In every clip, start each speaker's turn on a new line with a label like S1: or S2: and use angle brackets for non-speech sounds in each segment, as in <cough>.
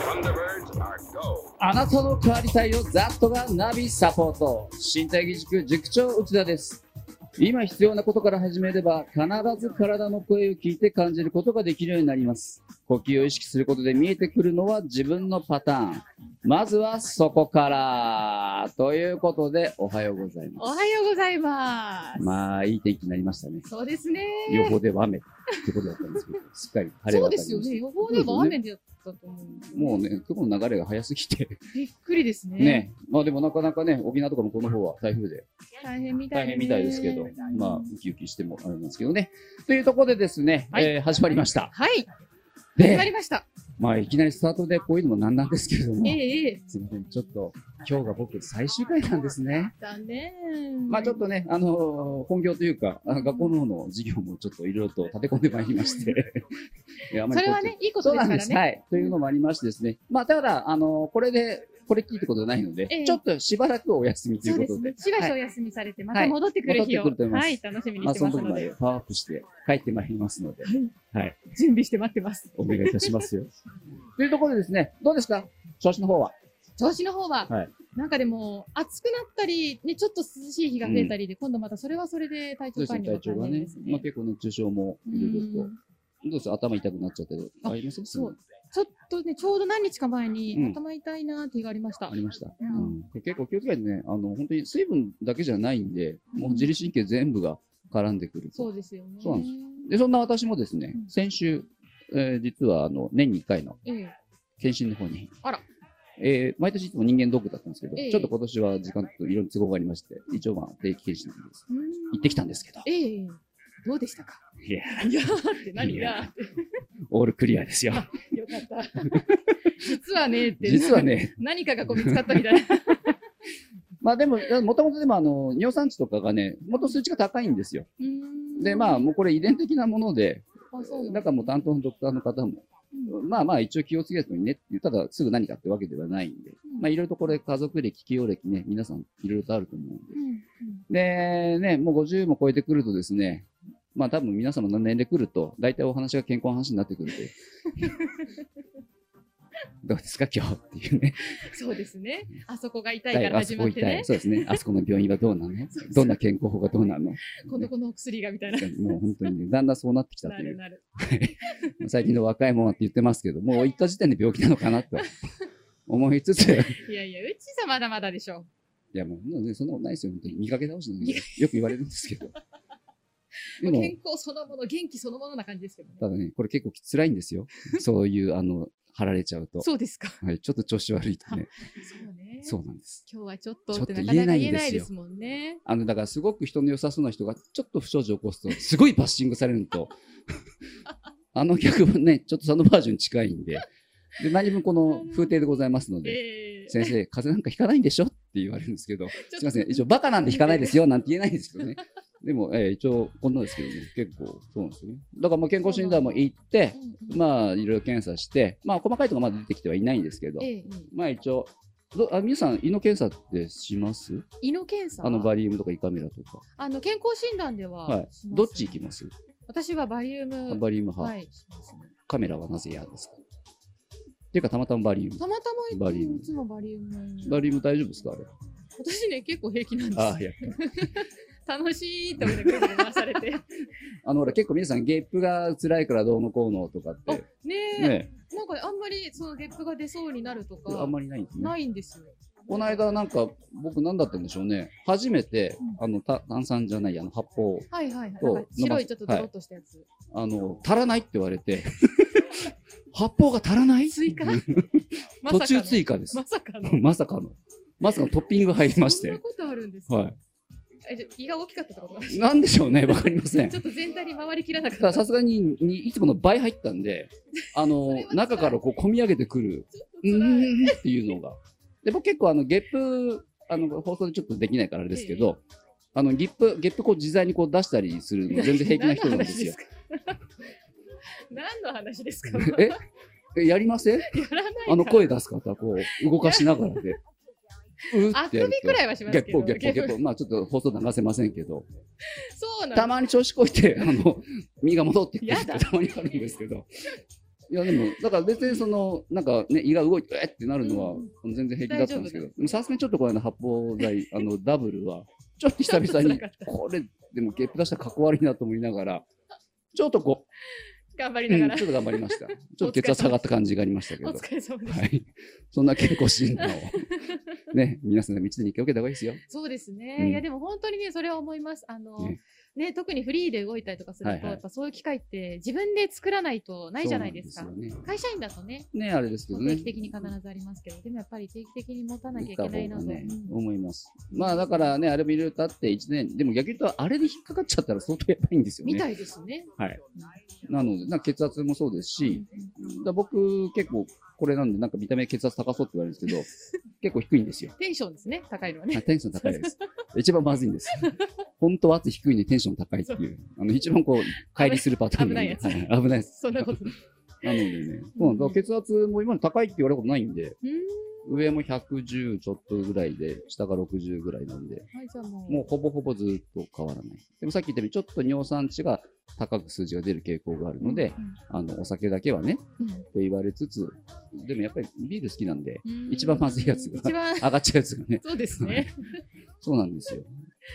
S1: Thunderbirds are go.
S2: あなたの代わり隊をザットがナビサポート。身体義塾塾長内田です。今必要なことから始めれば、必ず体の声を聞いて感じることができるようになります。呼吸を意識することで見えてくるのは自分のパターン。まずはそこから。ということで、おはようござい
S3: お
S2: ます。
S3: はようございます。
S2: まあ、いい天気になりましたね。
S3: そうですね。
S2: 予報では雨ってことだったんですけど、すっかり晴れ
S3: そ
S2: 渡
S3: うで
S2: りまし
S3: す
S2: た
S3: よね。予報では雨だったと思うんで
S2: もう。ね、雲の流れが早すぎて。
S3: びっくりですね。
S2: ね、まあでもなかなかね、沖縄とかもこの方は台風で
S3: 大変みたい
S2: 大変みたいですけど、まあ
S3: うん、
S2: ウキウキしてもあれなんですけどね。というところでですね、
S3: はい
S2: えー始まりました。
S3: はい。始ま
S2: で、
S3: りました。
S2: まあいきなりスタートでこういうのもなんなんですけれども
S3: え、えええ
S2: すいません、ちょっと今日が僕最終回なんですね。
S3: 残念。
S2: まあちょっとね、あのー本業というか、あの学校の方の授業もちょっといろいろと立て込んでまいりま
S3: <laughs>
S2: して。いやあま
S3: そ
S2: り
S3: れ
S2: こう
S3: はね、いいこ
S2: そ
S3: と
S2: う
S3: で
S2: な
S3: す
S2: ん
S3: か
S2: で
S3: ら
S2: す。
S3: ね。
S2: はい。というのもありましてですね。まあ、ただ、あの、これで、これ聞いたことないので、
S3: ええ
S2: ちょっとしばらくお休みとい
S3: そう
S2: う
S3: で
S2: こ
S3: す
S2: とで、
S3: ね。しばしお
S2: はい
S3: 休みされて、ま
S2: は
S3: た
S2: い
S3: 戻ってくる日を、
S2: 戻ってくると思います
S3: はい、楽しみに
S2: まあ、
S3: して
S2: そ
S3: ま
S2: の
S3: す
S2: 時
S3: の
S2: ま
S3: で
S2: で。パワーアップして帰ってまいりますので、はい。
S3: 準備して待ってます。
S2: お願いいたしますよ。 <laughs> というところでですね、どうですか調子の方は。
S3: 調子の方は、
S2: はい
S3: なんかでも、暑くなったり、ね、ちょっと涼しい日が増えたりで、今度またそれはそれで体
S2: そう
S3: 調
S2: です
S3: 管
S2: ね、
S3: 理が
S2: 体調が
S3: 大変
S2: ね
S3: です。
S2: まあ、
S3: ね。
S2: 結構熱中症も
S3: う
S2: いろいろと
S3: ん。
S2: どうです頭痛くなっちゃったり、
S3: あ
S2: あります
S3: そうちょっとね、ちょうど何日か前に、
S2: うん
S3: 頭痛いなーって日がありました。
S2: ありました。
S3: う
S2: うんん、結構気をつけてね、あの、本当に水分だけじゃないんで、もう自律神経全部が絡んでくると。
S3: そうですよね。
S2: そうなんでで、そんな私もですね
S3: う、ん
S2: 先週、えー実はあの年に1回の
S3: ええ
S2: 検診の方に、
S3: あら
S2: えー毎年いつも人間ドックだったんですけど、
S3: ええ
S2: ちょっと今年は時間といろいろ都合がありまして、一応まあ定期検診なんです。
S3: うーん
S2: 行ってきたんですけど、
S3: ええどうでしたか
S2: いや、
S3: いやーって何
S2: い
S3: が
S2: やオールクリアですよ。
S3: よかった。実はねって。
S2: 実は。ね、
S3: 何かがこう見つかったみたいな。
S2: <laughs> まあでも、もともとでもあの、尿酸値とかがね、もっと数値が高いんですよ。で、まあもうこれ遺伝的なもので、
S3: あ、そうなん
S2: なんかもう担当のドクターの方も、まあまあ一応気をつけるといいねっていう、ただすぐ何かってわけではないんで、まあいろいろとこれ家族歴、企業歴ね、皆さんいろいろとあると思うんで、
S3: うんうん
S2: で、ね、もう50も超えてくるとですね、まあ多分皆様の年齢来ると、大体お話が健康の話になってくる <laughs> という。どうですか今日っていうね。
S3: そうですね。あそこが痛いから
S2: あ
S3: 始
S2: そ
S3: ま
S2: こ
S3: って
S2: 痛い。
S3: ね。
S2: そうですね。あそこの病院はどう
S3: <laughs>
S2: なの
S3: そうそう
S2: どんな健康法がどうなのも
S3: 今度このお薬がみたいな。
S2: う本当にね、だんだんそうなってきた
S3: な
S2: とい
S3: る
S2: う。
S3: なる。
S2: 最近の若いもんはって言ってますけど、もう行った時点で病気なのかなと <laughs> 思いつつ、い
S3: いやいや、うちさまだまだでしょ。
S2: やもう、ね、そんなことないですよ。本当に見かけ倒しなんで、よく言われるんですけ
S3: <laughs>
S2: ど。でも
S3: 健康そのもの、元気そのものな感じですけどね。
S2: ただね、これ結構き辛いんですよ。そういう、あの、貼られちゃうと。
S3: <laughs> そうですか。
S2: はい、ちょっと調子悪いとね。
S3: そうね。
S2: そうなんです。
S3: 今日はちょっと
S2: ちょっ
S3: っ
S2: と
S3: てなかなか
S2: 言
S3: 言
S2: え
S3: え
S2: な
S3: ないい
S2: んで
S3: です
S2: よ
S3: すもんね。
S2: あの、だからすごく人の良さそうな人がちょっと不祥事を起こすと、すごいバッシングされるの
S3: <laughs>
S2: と、あの曲もね、ちょっとそのバージョン近いんで、で、何分この風景でございますので、
S3: ええ
S2: 先生、風邪なんかひかないんでしょって言われるんですけど、す
S3: ちょっ
S2: い
S3: と
S2: ません、一応バカなんでひかないですよなんて言えないんですけど
S3: <laughs>
S2: ね。でも、えー一応、こんなですけどね、結構、そうなんですよね。だから、まあ、健康診断も行って、
S3: うんうん
S2: まあ、いろいろ検査して、まあ、細かいところまだ出てきてはいないんですけど、
S3: えええ
S2: まあ、一応、どあ皆さん、胃の検査ってします
S3: え胃の検査
S2: あのバリウムとか胃カメラとか。
S3: あの健康診断では、
S2: はい
S3: しますね
S2: どっち行きます
S3: 私はバリウ
S2: あ
S3: ム
S2: バリウム派、
S3: はいしますね
S2: カメラはなぜ嫌ですかっていうか、たまたまバリウム。
S3: たまたま
S2: バ
S3: いつ
S2: リウ
S3: も
S2: ム
S3: いつもバリウム
S2: バリウム大丈夫ですかあれ。
S3: 私ね結構平気なんです
S2: あ、いや。
S3: 楽しいって思ってぐるぐる回されてね
S2: あの、ほら、結構皆さん、ゲップが辛いからどうのこうのとかって、
S3: え
S2: ね、
S3: なんかあんまりそのゲップが出そうになるとか
S2: あんまりないんですね。
S3: ないんですよ
S2: この間なんか僕何だったんでしょうね。初めて、あの、た炭酸じゃない、あの、発泡、
S3: はいはいはい
S2: そう
S3: なんか白いちょっとドロッとしたやつ、
S2: あの、足らないって言われて、発泡が足らない
S3: 追加まさ
S2: <laughs> 途
S3: かの
S2: 中追加です。
S3: まさかの
S2: まさかの。まさかのトッピング入りまし
S3: そんな
S2: て。
S3: ことあるんですか、
S2: は
S3: えじゃあ胃が大きかったってことか
S2: い。なんでしょうね、わかりません。
S3: ちょっと全体に回りきらなかった
S2: ださすがにに、いつもの倍入ったん
S3: <laughs>
S2: で、あの、中からこう込み上げてくる、うーんっていうのが。で、僕結構あの、ゲップ、あの、放送でちょっとできないからあれですけど、あの、ゲップ、ゲップこう自在にこう出したりするの全然平気な人なんです
S3: <laughs>
S2: よ。
S3: 何の話ですか <laughs> 何の話ですか
S2: ええやりません
S3: やらないから
S2: あの声出す方、こう、動かしながら
S3: <laughs>
S2: で。うー
S3: あ
S2: っ
S3: く
S2: てやる
S3: びくらいはし
S2: と。
S3: ま
S2: ゲ
S3: す
S2: ッ
S3: け
S2: ポ、
S3: ど
S2: ゲッポ、ゲッポ。まあちょっと放送流せませんけど、
S3: そうなん
S2: た
S3: だ <laughs>
S2: まに調子こいて、あの、身が戻ってくる
S3: や
S2: って
S3: だ
S2: たまにあるんですけど、いやでも、だから別にその、なんかね、胃が動いて、えってなるのは
S3: うん、
S2: 全然平気だったんですけ
S3: 大丈
S2: ど
S3: 夫で、
S2: でもさすがにちょっとこの間発泡剤、あの、ダブルは、ちょっと久々に
S3: <laughs> ちょっと辛かった、
S2: これ、でもゲップ出したらかっこ悪いなと思いながら、ちょっとこ
S3: 頑張
S2: う、
S3: り
S2: う
S3: なんがら
S2: ちょ。っと頑張りま
S3: <laughs>
S2: した。ちょっと血圧下がった感じがありましたけ
S3: お
S2: ど。
S3: 疲れ様です。
S2: はい。そんな健康診
S3: <laughs>
S2: 断を、ね、皆さんの道で日記を受けた方がいいですよ。
S3: そうですね。
S2: うん
S3: いや、でも本当にね、それは思います。あの、
S2: ね
S3: ね特にフリーで動いたりとかすると、
S2: はいはい
S3: やっぱそういう機会って自分で作らないとないじゃないですか。
S2: そうなんですよね。
S3: 会社員だとね、
S2: ね、あれですけ
S3: も
S2: ど
S3: う定
S2: ね
S3: 期。的に必ずありますけど、でもやっぱり定期的に持たなきゃ
S2: 出
S3: い
S2: た
S3: け
S2: 方
S3: ないな
S2: が
S3: と。
S2: ね
S3: うん
S2: 思います。まあだからね、あれもいろいろあって1年、でも逆に言うと、あれで引っかかっちゃったら相当やばいんですよ
S3: み
S2: ね。
S3: たいですね。
S2: はい。なので、なんか血圧もそうですし、
S3: うん
S2: だから僕結構これなんで、なんか見た目血圧高そうって言われるんですけど、
S3: <laughs>
S2: 結構低いんですよ。
S3: テンションですね、高いのは
S2: あ
S3: ね。
S2: テンション高いです。一番まずいんです。本当は圧低いんでテンション高いっていう、あの一番こう、乖離するパターンんで
S3: 危ないや
S2: はい危ないです。
S3: <laughs> そんなことない。
S2: なのでね、うん、だから血圧も今の高いって言われることないんで、
S3: うん。
S2: 上も110ちょっとぐらいで、下が60ぐらいなんで、
S3: はい、じゃあもう。
S2: もうほぼほぼずっと変わらない。でもさっき言ったように、ちょっと尿酸値が高く数字が出る傾向があるので、あの、お酒だけはね、
S3: うん、
S2: って言われつつ、でもやっぱりビール好きなんで、
S3: うん
S2: 一番まずいやつが
S3: 一番、
S2: 上がっちゃうやつがね、
S3: そうですね。
S2: そうなんですよ。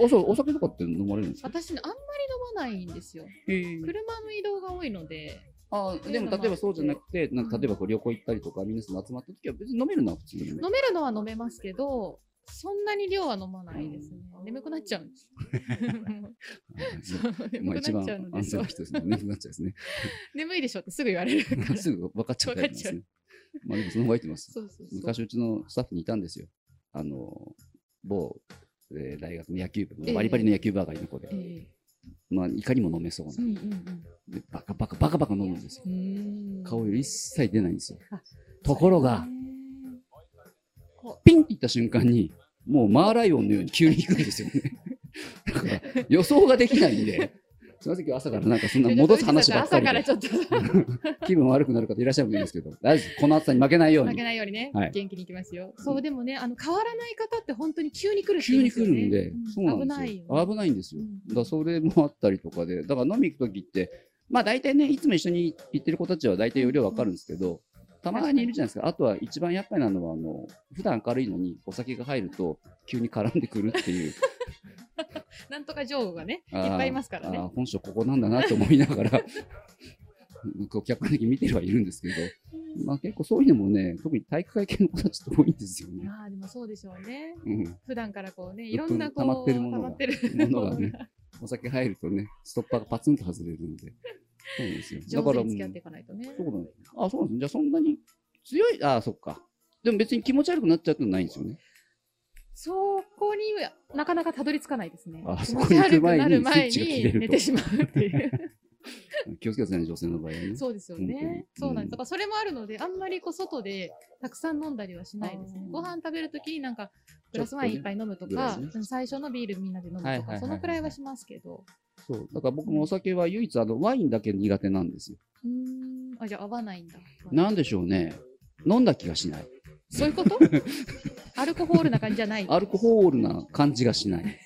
S2: おそうお酒とかって飲まれるんですか
S3: 私ね、あんまり飲まないんですよ。
S2: えー、
S3: 車の移動が多いので、
S2: あーでも例えばそうじゃなくて、なんか例えばこう旅行行ったりとか、皆さん集まった時は別に飲めるのは普通に。
S3: 飲めるのは飲めますけど、そんなに量は飲まないですね。眠くなっちゃう
S2: <laughs>
S3: んです。そう
S2: まあ
S3: 眠く
S2: 一
S3: な
S2: 番
S3: っちゃうので、
S2: 安
S3: そ
S2: 全
S3: う
S2: な人ですも
S3: <laughs>
S2: んね。なっちゃうですね。
S3: 眠いでしょってすぐ言われるから。
S2: すぐ分かっちゃうタイプなんです
S3: <laughs>
S2: ね。まあでもそのまま言ってます。
S3: そうそうそう。
S2: 昔うちのスタッフにいたんですよ。あの、某、えー大学の野球部
S3: ええ
S2: の、バリバリの野球部上がりの子で、
S3: え
S2: まあいかにも飲めそうな
S3: え。うんうん
S2: でバカバカバカバカ飲むんですよ。
S3: うん。うーん
S2: 顔色一切出ないんですよ
S3: あ。
S2: ところが、、ピンっていった瞬間に、もうマーライオンのように急に引くんですよ
S3: <laughs>
S2: ね。だから予想ができないんで、すみません、今日朝からなんかそんな戻す話ばっかり
S3: 朝から
S2: で、
S3: ちょっと
S2: 気分悪くなる方いらっしゃるんですけど、大丈夫ですこの暑さに負けないよう
S3: <laughs> 負け
S2: に。
S3: ないようにね、
S2: はい
S3: 元気にいきますよ。そう、でもね、あの、変わらない方って本当に急に来るって
S2: 急
S3: 言いま
S2: に
S3: す
S2: 来
S3: よ
S2: る
S3: ね
S2: んで、そうなん
S3: 危
S2: ですよ。
S3: ないよね。
S2: 危ないんですよ。
S3: うん
S2: だからそれもあったりとかで、だから飲み行くときって、まあ大体ね、いつも一緒に行ってる子たちは大体容量わかるんですけど、たまにいるじゃないですか。あとは一番厄介なのは、あの、普段明るいのにお酒が入ると急に絡んでくるって
S3: <laughs>
S2: いう。
S3: なんとか情報がね、い
S2: あ
S3: っ
S2: ー
S3: ぱいいますから
S2: あ
S3: ね。
S2: ー本性ここなんだなと思いながら、 <laughs> こう客観的に見てるはいるんですけど、まあ結構そういうのもね、特に体育会系の子たちって多いんですよね。
S3: まあ、でもそうでしょうね。
S2: うん。
S3: 普段からこうね、
S2: ん
S3: いろんなこう、
S2: 溜まってるものが
S3: 溜まってる
S2: ものが
S3: <laughs>
S2: ねお酒入るとね、ストッパーがパツンと外れるんで。そうなんですよ。だ
S3: 上
S2: から
S3: 手
S2: もう
S3: に付き合っていかないとね。
S2: そうなんです。あ、そうなんです。じゃあそんなに強い、あ、そっか。でも別に気持ち悪くなっちゃうってのはないんですよね。
S3: そこになかなかたどり着かないですね。
S2: あ
S3: 気
S2: そ
S3: 持
S2: こ
S3: ち
S2: に行
S3: 悪
S2: く
S3: く
S2: 前
S3: な
S2: に
S3: る前
S2: スイッチが切れ
S3: に
S2: ると
S3: 寝てしまうっていう。
S2: 気をつけてくださいね、女性の場合はね。
S3: そうですよ
S2: うん
S3: ね。そうな
S2: う
S3: ん
S2: ん
S3: です。だからそれもあるので、あんまりこう外でたくさん飲んだりはしないですね
S2: あ。ー
S3: ご飯食べるときになんか、グラスワイン一杯飲むと
S2: ちょっ
S3: か、
S2: とね
S3: うん最初のビールみんなで飲むとか、
S2: はいはいはいはい
S3: そのくらいはしますけど。
S2: そう。だから僕もお酒は唯一あのワインだけ苦手なんですよ。
S3: うーん。あ、じゃあ合わないんだ。
S2: なんでしょうね。飲んだ気がしない。
S3: そういうこと <laughs> アルコホールな感じじゃない。
S2: アルコホールな感じがし
S3: <laughs>
S2: ない。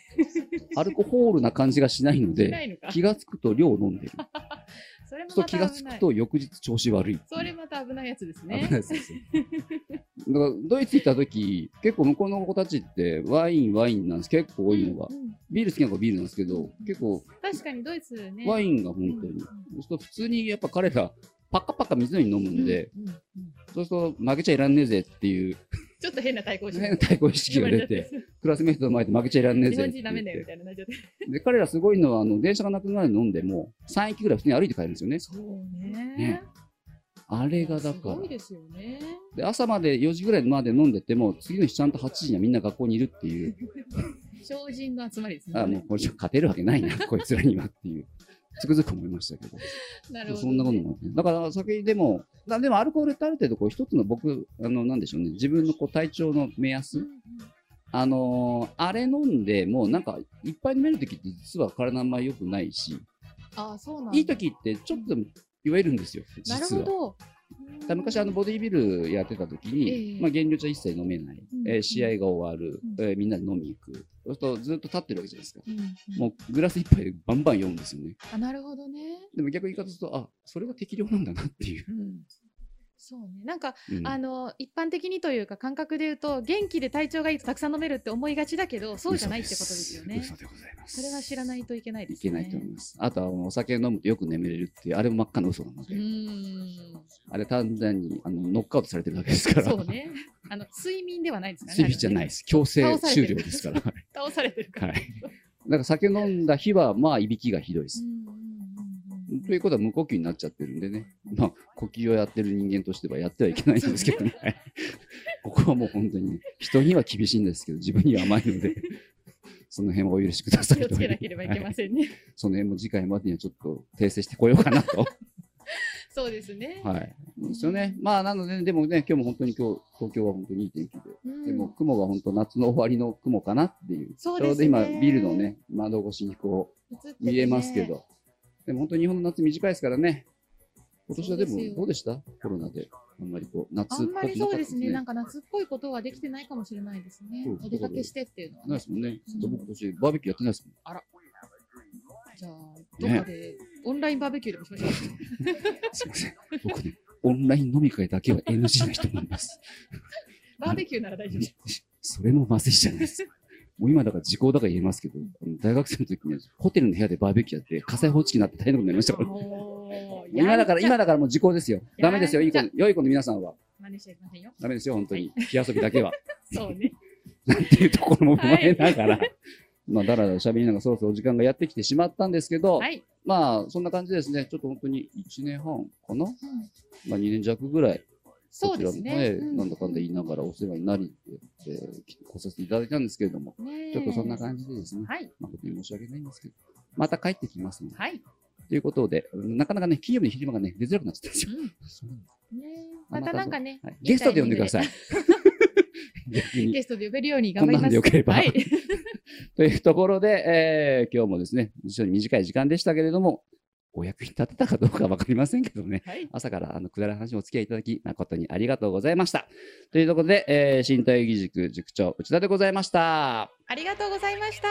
S2: アルコホールな感じがしないの
S3: しな
S2: で、
S3: いのか。
S2: 気がつくと量を飲んでる。
S3: それも
S2: そう
S3: ま
S2: 気
S3: た
S2: が
S3: 危
S2: つ
S3: な
S2: く
S3: い。
S2: と翌日調子悪い。
S3: それまた危ないやつです
S2: 危ない
S3: ね。
S2: ですよ。だからドイツ行った時、結構向こうの子たちってワインワインなんです。結構多いのが。
S3: うんうん
S2: ビール好きな子はビールなんですけど、結構
S3: 確かにドイツね。
S2: ワ
S3: イ
S2: インが本当に。そうすると普通にやっぱ彼らパカパカ水のように飲むんで、そうすると負けちゃいらんねえぜっていう
S3: ちょっと変な対抗心
S2: 変な対抗意識が
S3: <laughs>
S2: 出て、。クラスメイトの前で負けちゃいらんねえ
S3: 日
S2: ぜっ
S3: 本
S2: て
S3: 人
S2: 言
S3: ダ
S2: って
S3: メだよみたいな。大丈夫
S2: で、彼らすごいのは、あの、電車がなくなるの飲んでも、3駅ぐらい普通に歩いて帰るんですよね。
S3: そう
S2: ね
S3: ね。
S2: あれがだ
S3: す
S2: から
S3: ごい。ですよね。
S2: で、朝まで4時ぐらいまで飲んでても、次の日ちゃんと8時にはみんな学校にいるっていう、
S3: 精進の集まりですね。
S2: あ、もうこれじゃ勝てるわけないな、こいつらにはっていう、つくづく思いましたけど。
S3: なるほどね。
S2: そんなこともあって。だから、酒でも、だでもアルコールってある程度、こう、一つの僕、あの、なんでしょうね、自分のこう、体調の目
S3: うんう
S2: 安
S3: ん。
S2: あのーあれ飲んで、もうなんか、いっぱい飲めるときって実は体あんまり良くないし、
S3: あ、そうなんだ
S2: いいときってちょっと酔えるんですよ、
S3: なる
S2: 実
S3: ほ
S2: は。
S3: ど。
S2: だから昔あのボディービルやってた時に、
S3: ええ
S2: まあ、減量じゃ一切飲めない、
S3: うん
S2: えー試合が終わる、
S3: う
S2: えーみんなで飲みに行くそうするとずっと立ってるわけじゃないですか
S3: うんうん
S2: もうグラス一杯でバンバン酔うんですよね
S3: あなるほどね。
S2: でも逆に言い方するとあそれが適量なんだなっていう、
S3: そうね。なんか、
S2: うん
S3: あの、一般的にというか、感覚で言うと、元気で体調がいいとたくさん飲めるって思いがちだけど、そうじゃないってことですよね。
S2: 嘘でございます
S3: それは知らないといけないで
S2: い
S3: すね。
S2: けないと思います。あとはあのお酒を飲むとよく眠れるっていう、あれも真っ赤な嘘なの
S3: う
S2: で、
S3: ーん。
S2: あれ単純にあのノックアウトされてるだけですから、
S3: そうね。あの、睡眠ではないですからね。
S2: スイッチじゃないです。強制終了ですから。は
S3: 倒されてるから。
S2: い。なんか酒飲んだ日は、まあ、いびきがひどいで
S3: う
S2: す。
S3: んうんうんうん
S2: <laughs> ということは無呼吸になっちゃってるんでね、まあ、呼吸をやってる人間としてはやってはいけないんですけどね。はいここはもう本当にね、人には厳しいんですけど、自分には甘いので、その辺はお許しください
S3: 気を
S2: と
S3: つ
S2: い
S3: け
S2: う
S3: なければいけ
S2: は
S3: ま
S2: い
S3: せんね。
S2: その辺も次回までにはちょっと訂正してこようかな
S3: <laughs>
S2: と。
S3: そうですね。
S2: はい。ですよね。まあ、なので、でもね、今日も本当に今日、東京は本当にいい天気で。
S3: うん
S2: でも、雲が本当夏の終わりの雲かなっていう。
S3: そう
S2: ちょ
S3: で
S2: う
S3: す
S2: ど
S3: ね。
S2: 今、ビルのね、窓越しにこ
S3: 映っててね、
S2: う、見えますけど。でも本当に日本の夏短いですからね。今年はで
S3: そうですよ
S2: も、どうでしたコロナで。あんまりこう、夏
S3: あ
S2: っ
S3: んま
S2: ぽ
S3: り
S2: くなか
S3: そ
S2: っ
S3: う
S2: た
S3: ですね、なんか夏っぽいことはできてないかもしれないですね
S2: そうで。す
S3: お出かけしてっていうのは、
S2: ない
S3: ね
S2: で。すもんね。ちょっと僕
S3: う
S2: 今
S3: ん
S2: 年バーベキューやってないですもん。
S3: じゃあ、どっかでオンラインバーベキュ
S2: <laughs>
S3: ーでもしましょう。
S2: すいません。僕ね、オンライン飲み会だけは NG な人もいます。
S3: バーベキューなら大丈夫です。
S2: それもまずいじゃないです
S3: <laughs>
S2: か。もう今だから時効だから言えますけど、あの大学生の時にホテルの部屋でバーベキューやって火災報知器になって大変なことになりましたから。
S3: おー
S2: <laughs> 今だから、
S3: やんちゃ
S2: 今だからもう時効ですよ。ダメですよ、いい子
S3: やん、
S2: 良い子の皆さんは。
S3: 真似しちゃいけませんよ。
S2: ダメですよ、本当に。火遊びだけは。 <laughs>
S3: そうね。
S2: っていうところも踏まえながら。まあ、だらだら喋りながらそろそろお時間がやってきてしまったんですけど、
S3: はい。
S2: まあ、そんな感じですね。ちょっと本当に1年半かな
S3: うん
S2: まあ、2年弱ぐらい。
S3: そうですね。
S2: こちらも
S3: う
S2: なんだかんだ言いながらお世話になり、えーき来させていただいたんですけれども、
S3: ねえ
S2: ちょっとそんな感じでですね。
S3: はい。
S2: 誠に申し訳ないんですけど、また帰ってきますので。
S3: はい。
S2: ということで、うんなかなかね、金曜日の昼間がね、出づらくなっちゃったんですよ。
S3: ねえまたなんかね、
S2: はい、ゲストで呼んでください。逆に。
S3: ゲストで呼べるように頑張りま
S2: こん
S3: す。
S2: なんでよければ
S3: はい。
S2: というところで、えー今日もですね、非常に短い時間でしたけれども、お役に立てたかどうかわかりませんけどね。
S3: はい
S2: 朝からあのくだらない話にお付き合いいただき、誠にありがとうございました。というところで、えー身体義塾塾長、内田でございました。
S3: ありがとうございました。